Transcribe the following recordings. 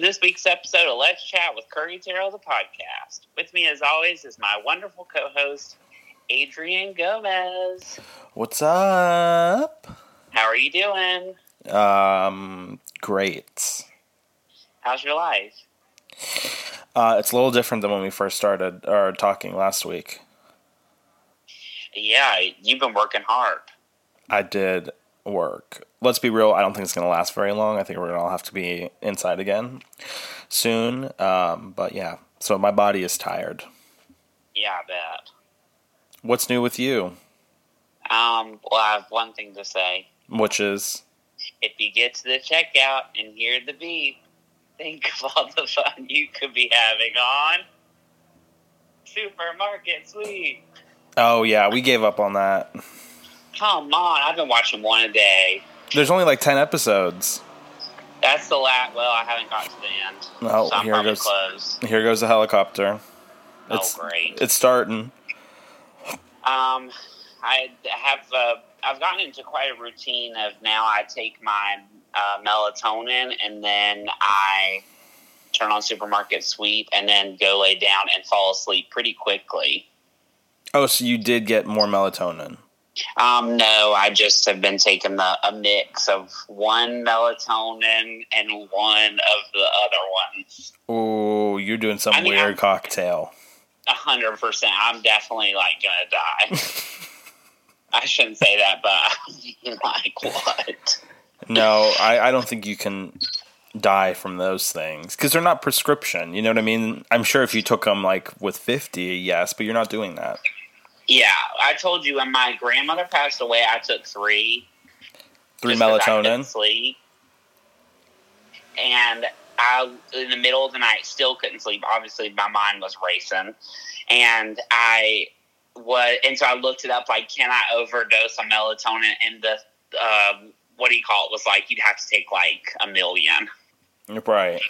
this week's episode of Let's Chat with Curry Terrell, the podcast. With me, as always, is my wonderful co host, Adrian Gomez. What's up? How are you doing? Um, great. How's your life? Uh, it's a little different than when we first started or talking last week. Yeah, you've been working hard. I did work. Let's be real. I don't think it's going to last very long. I think we're going to all have to be inside again soon. Um, but yeah, so my body is tired. Yeah, I bet. What's new with you? Um, well, I have one thing to say. Which is If you get to the checkout and hear the beep, think of all the fun you could be having on Supermarket Sweep. oh yeah, we gave up on that. Come on, I've been watching one a day. There's only like ten episodes. That's the last. Well, I haven't got to the end. Oh, so I'm here it probably goes. close. Here goes the helicopter. It's, oh, great. It's starting. Um, I have uh, I've gotten into quite a routine of now I take my uh, melatonin and then I turn on supermarket sweep and then go lay down and fall asleep pretty quickly. Oh, so you did get more melatonin. Um, no, I just have been taking the a mix of one melatonin and one of the other ones. Oh, you're doing some I mean, weird I- cocktail. A hundred percent. I'm definitely like gonna die. I shouldn't say that, but I mean, like what? No, I, I don't think you can die from those things because they're not prescription. You know what I mean? I'm sure if you took them like with 50, yes, but you're not doing that. Yeah, I told you when my grandmother passed away, I took three. Three just 'cause I couldn't melatonin. sleep. And I, in the middle of the night, still couldn't sleep. Obviously, my mind was racing, and I was, and so I looked it up. Like, can I overdose on melatonin? And the um what do you call it? Was like you'd have to take like a million. Right.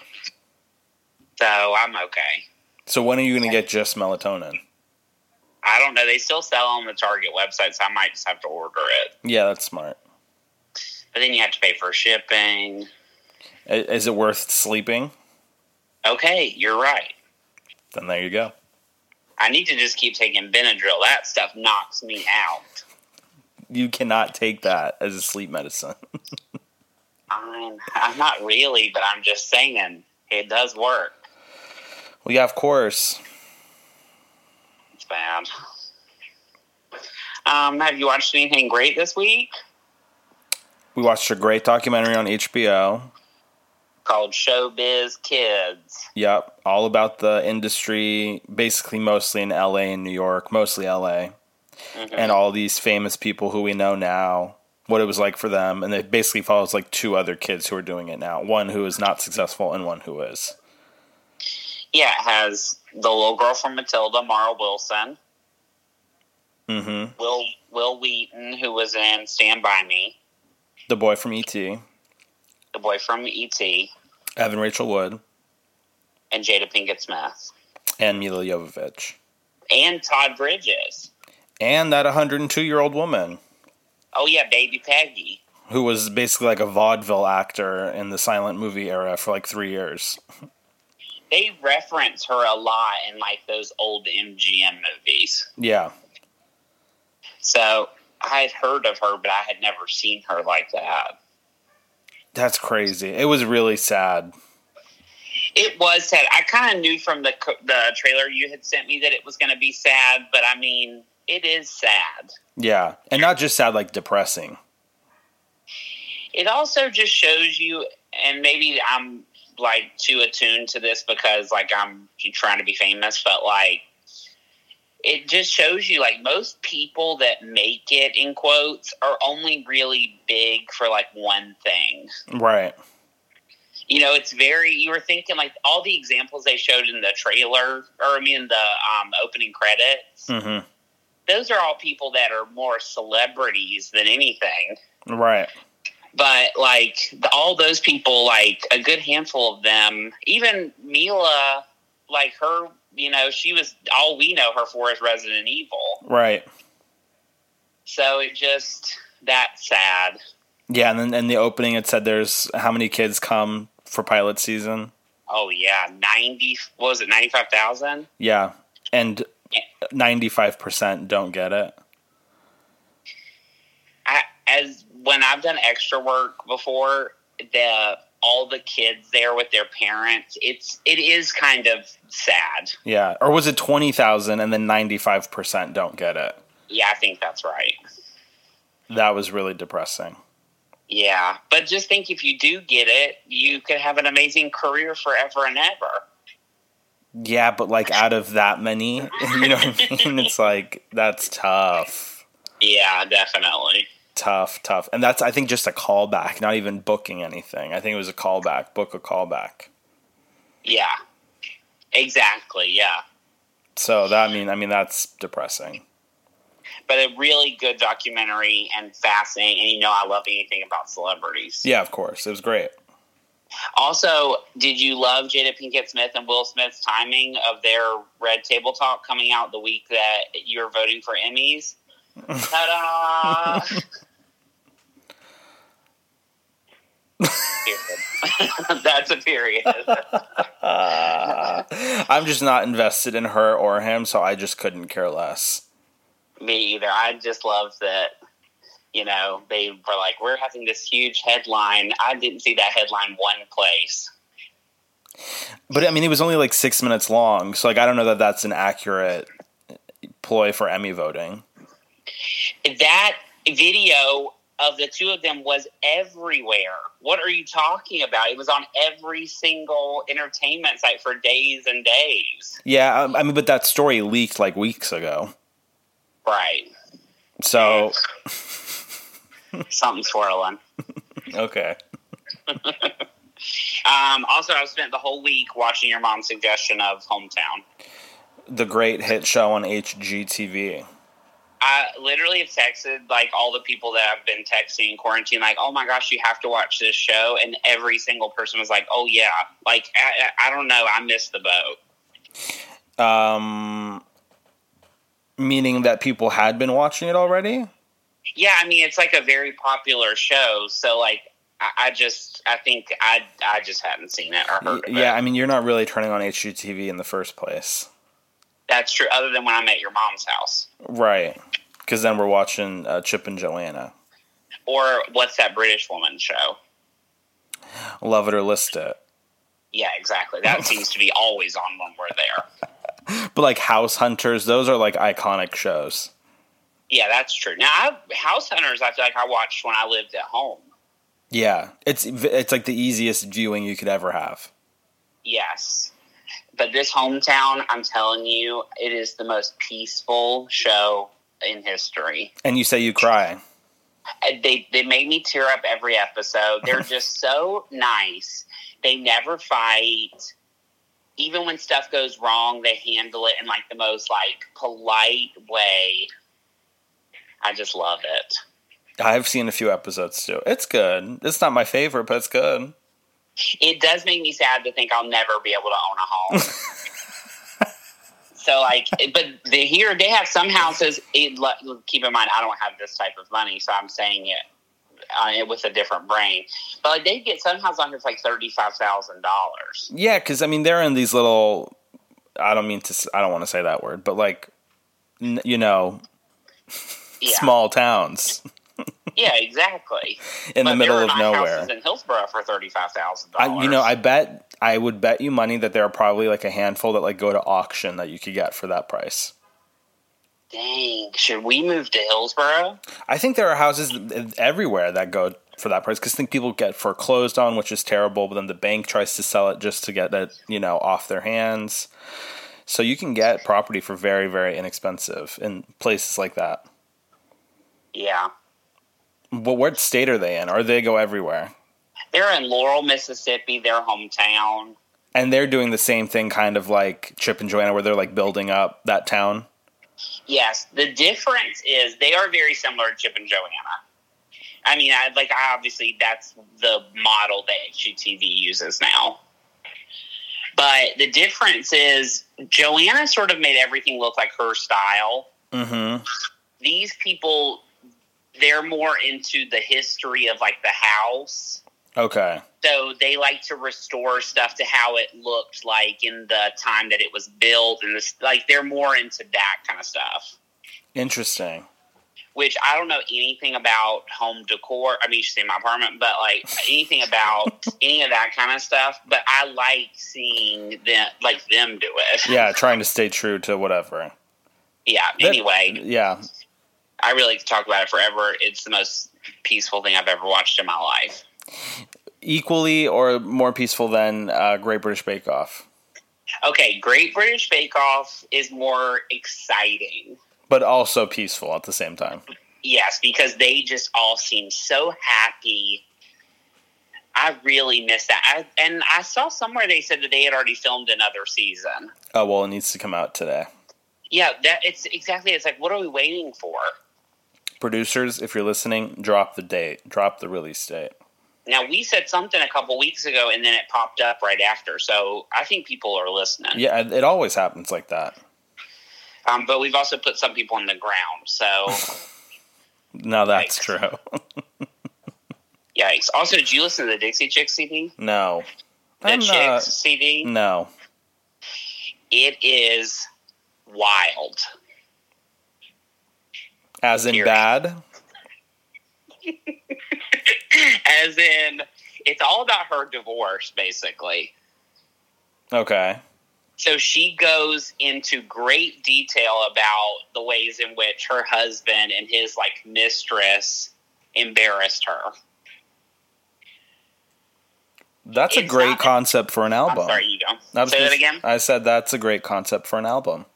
So I'm okay. So when are you going to get just melatonin? I don't know. They still sell on the Target website, so I might just have to order it. Yeah, that's smart. But then you have to pay for shipping. I- Is it worth sleeping? Okay, you're right. Then there you go. I need to just keep taking Benadryl. That stuff knocks me out. You cannot take that as a sleep medicine. I'm, I'm not really, but I'm just saying it does work. well, yeah, of course. It's bad. Um, have you watched anything great this week We watched a great documentary on HBO. called Showbiz Kids? Yep, all about the industry, basically mostly in LA and New York, mostly LA, and all these famous people who we know now, what it was like for them, and it basically follows like two other kids who are doing it now, one who is not successful and one who is. Yeah, it has the little girl from Matilda, Mara Wilson, Mm-hmm. Will Will Wheaton, who was in Stand By Me, The boy from E E.T., the boy from E.T., Evan Rachel Wood, and Jada Pinkett Smith, and Mila Jovovich, and Todd Bridges. and that 102 year old woman Oh yeah, Baby Peggy. who was basically like a vaudeville actor in the silent movie era for like three years. they reference her a lot in like those old MGM movies. Yeah. So I had heard of her, but I had never seen her like that. That's crazy. It was really sad. It was sad. I kind of knew from the co- the trailer you had sent me that it was going to be sad, but I mean, it is sad. Yeah, and not just sad, like depressing. It also just shows you, and maybe I'm like too attuned to this because like I'm trying to be famous, but like it just shows you like most people that make it in quotes are only really big for like one thing. Right. You know, it's very, you were thinking like all the examples they showed in the trailer, or I mean, the um, opening credits, hmm those are all people that are more celebrities than anything. Right. but like the, all those people like a good handful of them even mila like her you know she was all we know her for is resident evil Right. so it just that's sad Yeah, and then in the opening, it said there's how many kids come for pilot season. Oh yeah, ninety. What was it? Ninety five thousand. Yeah, and ninety five percent don't get it. I, as when I've done extra work before, the all the kids there with their parents. It's it is kind of sad. Yeah, or was it twenty thousand and then ninety five percent don't get it? Yeah, I think that's right. That was really depressing. Yeah, but just think if you do get it, you could have an amazing career forever and ever. Yeah, but like out of that many, you know what I mean? It's like that's tough. Yeah, definitely. Tough, tough. And that's I think just a callback, not even booking anything. I think it was a callback. Book a callback. Yeah. Exactly, yeah. So that I mean I mean that's depressing but a really good documentary and fascinating. And you know, I love anything about celebrities. Yeah, of course, it was great. Also, did you love Jada Pinkett Smith and Will Smith's timing of their Red Table Talk coming out the week that you're voting for Emmys? Ta That's a period. uh, I'm just not invested in her or him, so I just couldn't care less me either. I just love that, you know, they were like, we're having this huge headline. I didn't see that headline one place. But I mean, it was only like six minutes long. So, like, I don't know that that's an accurate ploy for Emmy voting. That video of the two of them was everywhere. What are you talking about? It was on every single entertainment site for days and days. Yeah. um, I mean, but that story leaked like weeks ago. Right. So something swirling. okay. um, also, I've spent the whole week watching your mom's suggestion of Hometown, the great hit show on HGTV. I literally have texted like all the people that I've been texting in quarantine, like, "Oh my gosh, you have to watch this show," and every single person was like, "Oh yeah," like I, I, I don't know, I missed the boat. Um, meaning that people had been watching it already yeah i mean it's like a very popular show so like i, I just i think i i just hadn't seen it or heard yeah it. i mean you're not really turning on hgtv in the first place that's true other than when i'm at your mom's house right because then we're watching uh, chip and joanna or what's that british woman show love it or list it yeah exactly that seems to be always on when we're there but like House Hunters, those are like iconic shows. Yeah, that's true. Now, I, House Hunters, I feel like I watched when I lived at home. Yeah, it's it's like the easiest viewing you could ever have. Yes, but this hometown, I'm telling you, it is the most peaceful show in history. And you say you cry. They they make me tear up every episode. They're just so nice. They never fight even when stuff goes wrong, they handle it in like the most like polite way. I just love it. I've seen a few episodes too. It's good. It's not my favorite, but it's good. It does make me sad to think I'll never be able to own a home. so like, but the, here they have some houses. It, keep in mind, I don't have this type of money, so I'm saying it uh, with a different brain. But like, they get sometimes on here for like thirty five thousand dollars. Yeah, because I mean they're in these little. I don't mean to. I don't want to say that word, but like, n- you know, yeah. small towns. yeah, exactly. in but the middle of nowhere. in Hillsborough for thirty five thousand dollars. You know, I bet I would bet you money that there are probably like a handful that like go to auction that you could get for that price. Dang, should we move to Hillsboro? I think there are houses everywhere that go for that price because I think people get foreclosed on, which is terrible. But then the bank tries to sell it just to get that you know off their hands. So you can get property for very very inexpensive in places like that. Yeah. But what state are they in? Or they go everywhere? They're in Laurel, Mississippi, their hometown. And they're doing the same thing, kind of like Chip and Joanna, where they're like building up that town. Yes, the difference is they are very similar to Chip and Joanna. I mean, I, like obviously that's the model that HGTV uses now. But the difference is Joanna sort of made everything look like her style. Mm-hmm. These people, they're more into the history of like the house. Okay. So they like to restore stuff to how it looked like in the time that it was built, and this, like they're more into that kind of stuff. Interesting. Which I don't know anything about home decor. I mean, you see my apartment, but like anything about any of that kind of stuff. But I like seeing them, like them do it. Yeah, trying to stay true to whatever. Yeah. That- anyway, Yeah. I really could talk about it forever. It's the most peaceful thing I've ever watched in my life. Equally or more peaceful than uh, Great British Bake Off, Okay, Great British Bake Off is more exciting. but also peaceful at the same time. Yes, because they just all seem so happy. I really miss that. I, and I saw somewhere they said that they had already filmed another season. Oh, well, it needs to come out today. Yeah, that it's exactly. It's like, what are we waiting for? Producers, if you're listening, drop the date, drop the release date. Now we said something a couple weeks ago, and then it popped up right after. So I think people are listening. Yeah, it always happens like that. Um, but we've also put some people on the ground. So No, that's Yikes. true. yikes! Also, did you listen to the Dixie Chicks CD? No. The I'm uh, mm. Chicks not. CD. No. It is wild. As in Period. bad? As in, it's all about her divorce, basically. Okay. So she goes into great detail about the ways in which her husband and his like mistress embarrassed her. That's a It's great not- concept for an album. I'm sorry, you go. I was Say gonna that s- again. I said that's a great concept for an album.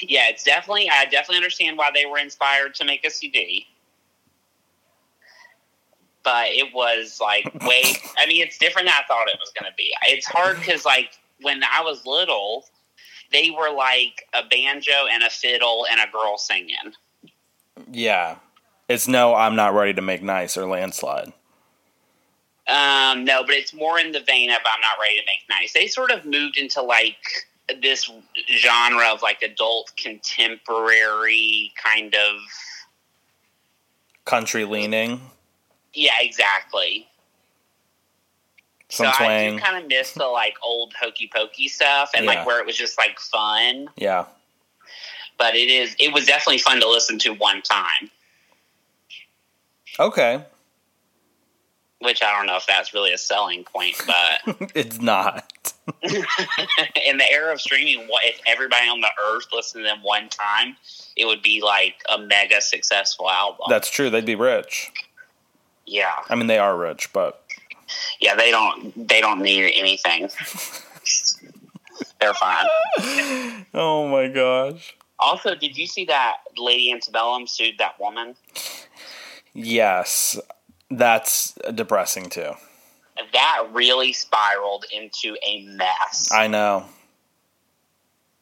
Yeah, it's definitely. I definitely understand why they were inspired to make a CD. But it was like way. I mean, it's different than I thought it was going to be. It's hard because, like, when I was little, they were like a banjo and a fiddle and a girl singing. Yeah. It's no, I'm not ready to make nice or landslide. Um, no, but it's more in the vein of I'm not ready to make nice. They sort of moved into like this genre of like adult contemporary kind of. Country leaning, Yeah, exactly. some so I do twang. kind of miss the like old hokey pokey stuff and Yeah. like where it was just like fun. yeah. But it is it was definitely fun to listen to one time, Okay. which I don't know if that's really a selling point, but it's not. in the era of streaming, what if everybody on the earth listened to them one time, it would be like a mega successful album. That's true. They'd be rich. yeah. I mean, they are rich, but Yeah, they don't they don't need anything. They're fine. oh my gosh. Also, did you see that Lady Antebellum sued that woman? Yes. That's depressing too. That really spiraled into a mess. I know.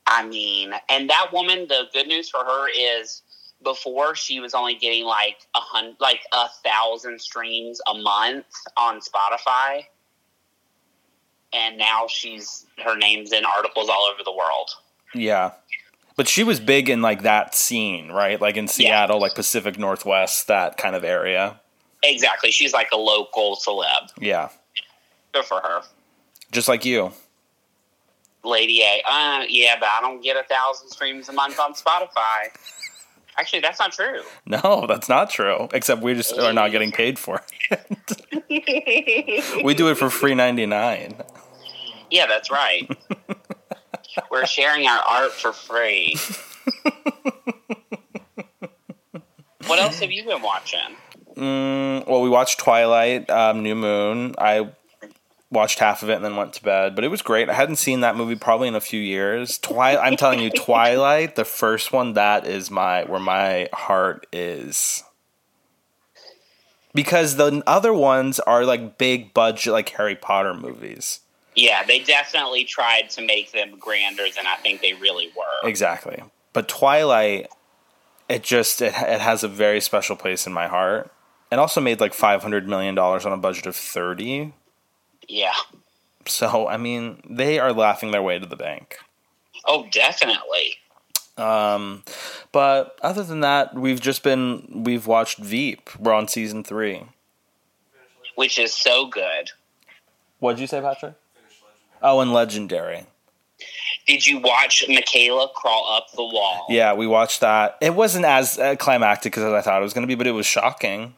I mean, and that woman, the good news for her is before she was only getting like a hundred, like a thousand streams a month on Spotify. And now she's, her name's in articles all over the world. Yeah. But she was big in like that scene, right? Like in Seattle, like Pacific Northwest, that kind of area. Exactly. She's like a local celeb. Yeah. Good for her. Just like you. Lady A. Uh, yeah, but I don't get a thousand streams a month on Spotify. Actually, that's not true. No, that's not true. Except we just are not getting paid for it. we do it for free 99. Yeah, that's right. We're sharing our art for free. what else have you been watching? Mm, well, we watched Twilight, um, New Moon. I watched half of it and then went to bed, but it was great. I hadn't seen that movie probably in a few years. Twilight, I'm telling you, Twilight, the first one, that is my where my heart is. Because the other ones are like big budget, like Harry Potter movies. Yeah, they definitely tried to make them grander than I think they really were. Exactly. But Twilight, it just it, it has a very special place in my heart. It also made like five hundred million dollars on a budget of thirty. Yeah. So I mean, they are laughing their way to the bank. Oh, definitely. Um, but other than that, we've just been we've watched Veep. We're on season three. which is so good. What'd you say, Patrick? Oh, and Legendary. Did you watch Michaela crawl up the wall? Yeah, we watched that. It wasn't as uh, climactic as I thought it was going to be, but it was shocking.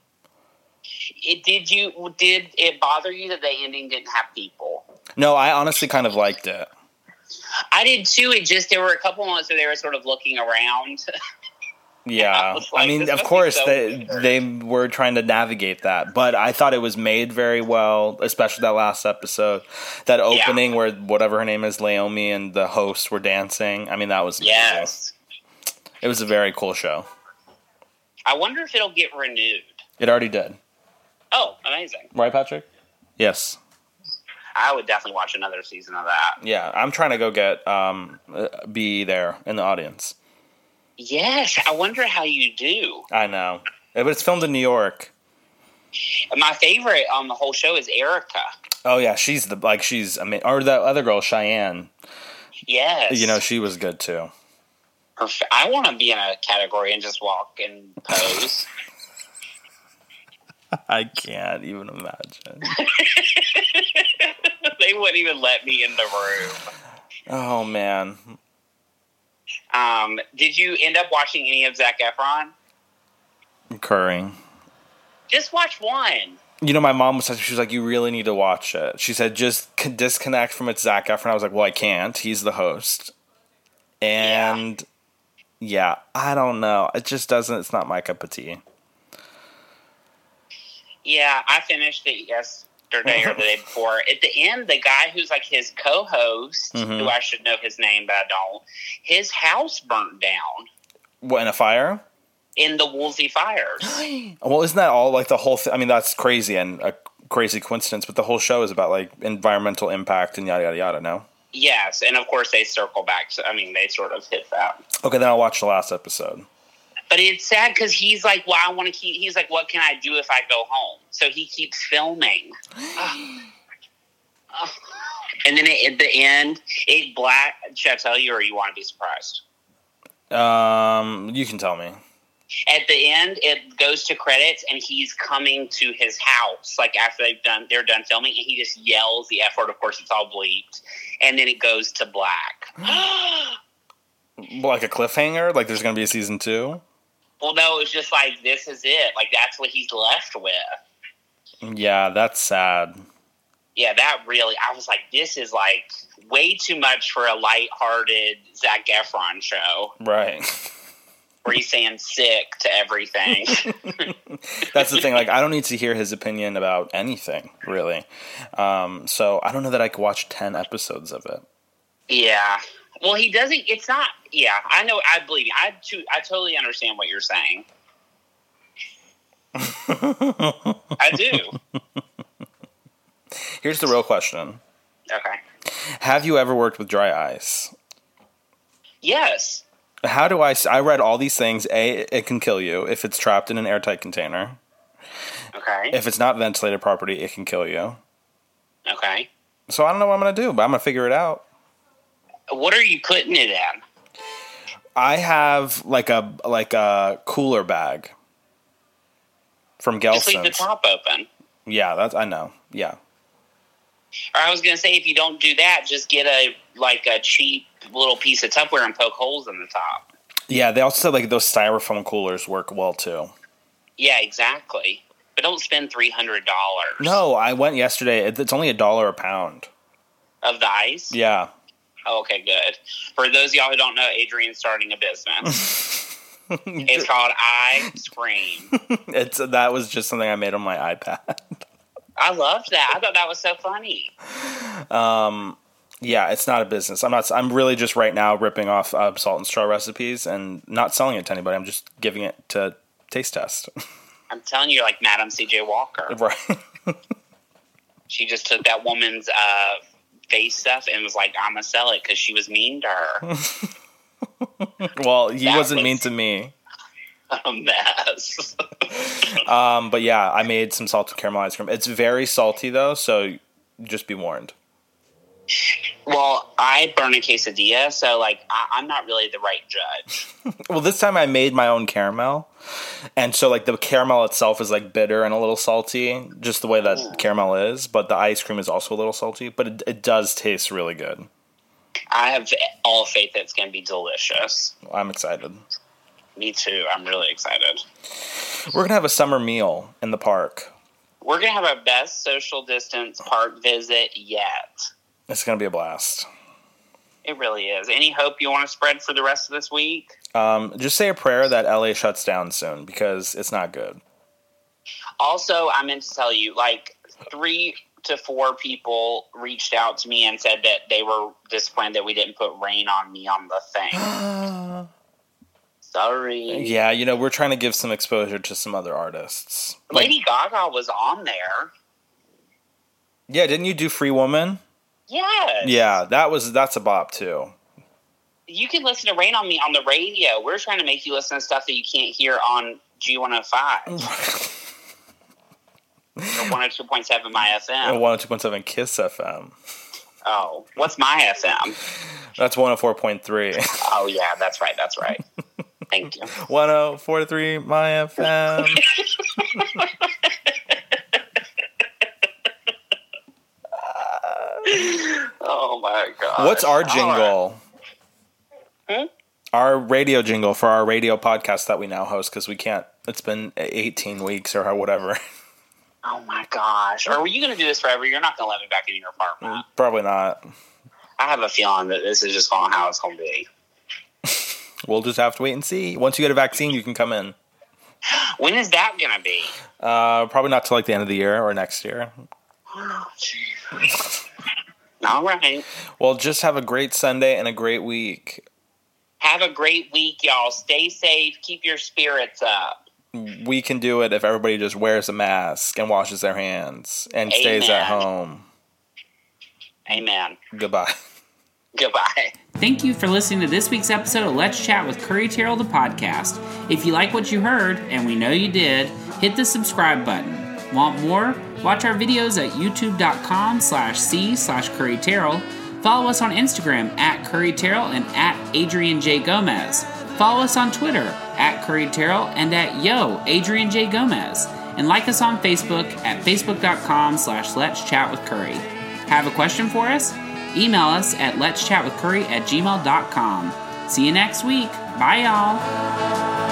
It, did you did it bother you that the ending didn't have people? No, I honestly kind of liked it. I did too. It just there were a couple moments where they were sort of looking around. Yeah, was I like, mean, this of must be course so they weird. they were trying to navigate that, but I thought it was made very well, especially that last episode, that Yeah. opening where whatever her name is, Laomi and the host were dancing. I mean, that was amazing. yes, it was a very cool show. I wonder if it'll get renewed. It already did, Oh, amazing! right, Patrick? Yes. I would definitely watch another season of that. Yeah, I'm trying to go get um uh, be there in the audience. Yes, I wonder how you do. I know, Eh, but it's filmed in New York. My favorite on the whole show is Erica. Oh yeah, she's the like she's I mean, or that other girl Cheyenne. Yes, You know, she was good too. Her fa- I want to be in a category and just walk and pose. I can't even imagine. they wouldn't even let me in the room. Oh man, Um, did you end up watching any of Zach Efron? Curry. Just watch one. You know, my mom was she was like, "You really need to watch it." She said, "Just c- disconnect from it, Zach Efron." I was like, "Well, I can't. He's the host." And yeah. I don't know. It just doesn't. It's not my cup of tea. Yeah, I finished it yesterday or the day before. At the end, the guy who's like his co-host, Mhm. who I should know his name but I don't, his house burnt down What in a fire? in the Woolsey fires. Well, isn't that all like the whole? Th- I mean, that's crazy and a crazy coincidence. But the whole show is about like environmental impact and yada yada yada. No. yes, and of course they circle back. So, I mean, they sort of hit that. Okay, then I'll watch the last episode. But it's sad because he's like, "Well, I want to keep." He's like, "What can I do if I go home?" So he keeps filming. Ugh. and then it, at the end, it black. Should I tell you, or you want to be surprised? Um, you can tell me. at the end it goes to credits and he's coming to his house like after they've done they're done filming and he just yells the f word of course it's all bleeped and then it goes to black well Like a cliffhanger. Like there's gonna be a season two. no it's just like this is it like that's what he's left with Yeah, that's sad. yeah that really i was like this is like way too much for a light-hearted zach efron show Right. where he's saying sick to everything that's the thing. Like I don't need to hear his opinion about anything really. Um, so I don't know that I could watch ten episodes of it. Yeah. Well, he doesn't. It's not. Yeah, I know. I believe you. I too, I totally understand what you're saying. I do. Here's the real question: Okay. Have you ever worked with dry ice? Yes. How do I? s- I read all these things. A, it can kill you if it's trapped in an airtight container. Okay. If it's not ventilated properly, it can kill you. Okay. So I don't know what I'm gonna do, but I'm gonna figure it out. What are you putting it in? I have like a like a cooler bag from Just leave the Gelson's. top open. Yeah, that's I know. Yeah, Or I was gonna say, if you don't do that, just get a like a cheap little piece of Tupperware and poke holes in the top. yeah. They also said like those styrofoam coolers work well too. Yeah, exactly. But don't spend three hundred dollars. No, I went yesterday. It- It's only a dollar a pound. Of the ice. Yeah, Oh, okay, good. For those of y'all who don't know, Adrian's starting a business. it's called I Scream. it's that was just something I made on my iPad. I loved that. I thought that was so funny. Yeah, it's not a business. I'm not. I'm really just right now ripping off uh, salt and straw recipes and not selling it to anybody. I'm just giving it to taste test. I'm telling you, like Madam C.J. Walker. right. She just took that woman's uh, face stuff and was like, "I'm gonna sell it" because she was mean to her. Well, he That wasn't was- mean to me. a mess. Um, but yeah, I made some salted caramel ice cream. It's very salty though, so just be warned. Well, I burn a quesadilla, so like I, I'm not really the right judge. Well, this time I made my own caramel, and so like the caramel itself is like bitter and a little salty, just the way that caramel is. But the ice cream is also a little salty, but it, it does taste really good. I have all faith that it's going to be delicious. I'm excited. Me too. I'm really excited. We're gonna have a summer meal in the park. We're going to have our best social distance park visit yet. It's gonna be a blast. It really is. Any hope you want to spread for the rest of this week? Um, just say a prayer that LA shuts down soon because it's not good. Also, I meant to tell you, like three to four people reached out to me and said that they were disappointed that we didn't put rain on me on the thing. Sorry. Yeah, you know, we're trying to give some exposure to some other artists. Like, Lady Gaga was on there. yeah, didn't you do Free Woman? Yes. Yeah, that was that's a bop too. You can listen to Rain on Me on the radio. We're trying to make you listen to stuff that you can't hear on G105 or 102.7 My And FM. 102.7 Kiss FM. Oh, what's my FM? That's 104.3. Oh, yeah, that's right. That's right. Thank you. 104.3 My FM. Oh, my God. What's our All right. jingle? Hmm? Our radio jingle for our radio podcast that we now host because we can't. It's been 18 weeks or whatever. Oh my gosh. Are you going to do this forever? You're not going to let me back in your apartment. Probably not. I have a feeling that this is just going how it's going to be. We'll just have to wait and see. Once you get a vaccine, you can come in. When is that going to be? Uh, probably not till like the end of the year or next year. Oh, jeez. All right. Well, just have a great Sunday and a great week. Have a great week, y'all. Stay safe. Keep your spirits up. We can do it if everybody just wears a mask and washes their hands and stays at Amen. home. Amen. Goodbye. Goodbye. Thank you for listening to this week's episode of Let's Chat with Curry Terrell, the podcast. If you like what you heard, and we know you did, hit the subscribe button. Want more? Watch our videos at youtube.com slash C slash Curry Terrell. Follow us on Instagram at Curry Terrell and at Adrian J. Gomez. Follow us on Twitter at Curry Terrell and at Yo, Adrian J. Gomez. And like us on Facebook at facebook.com slash Let's Chat with Curry. Have a question for us? Email us at let's chat with curry at gmail.com. See you next week. Bye, y'all.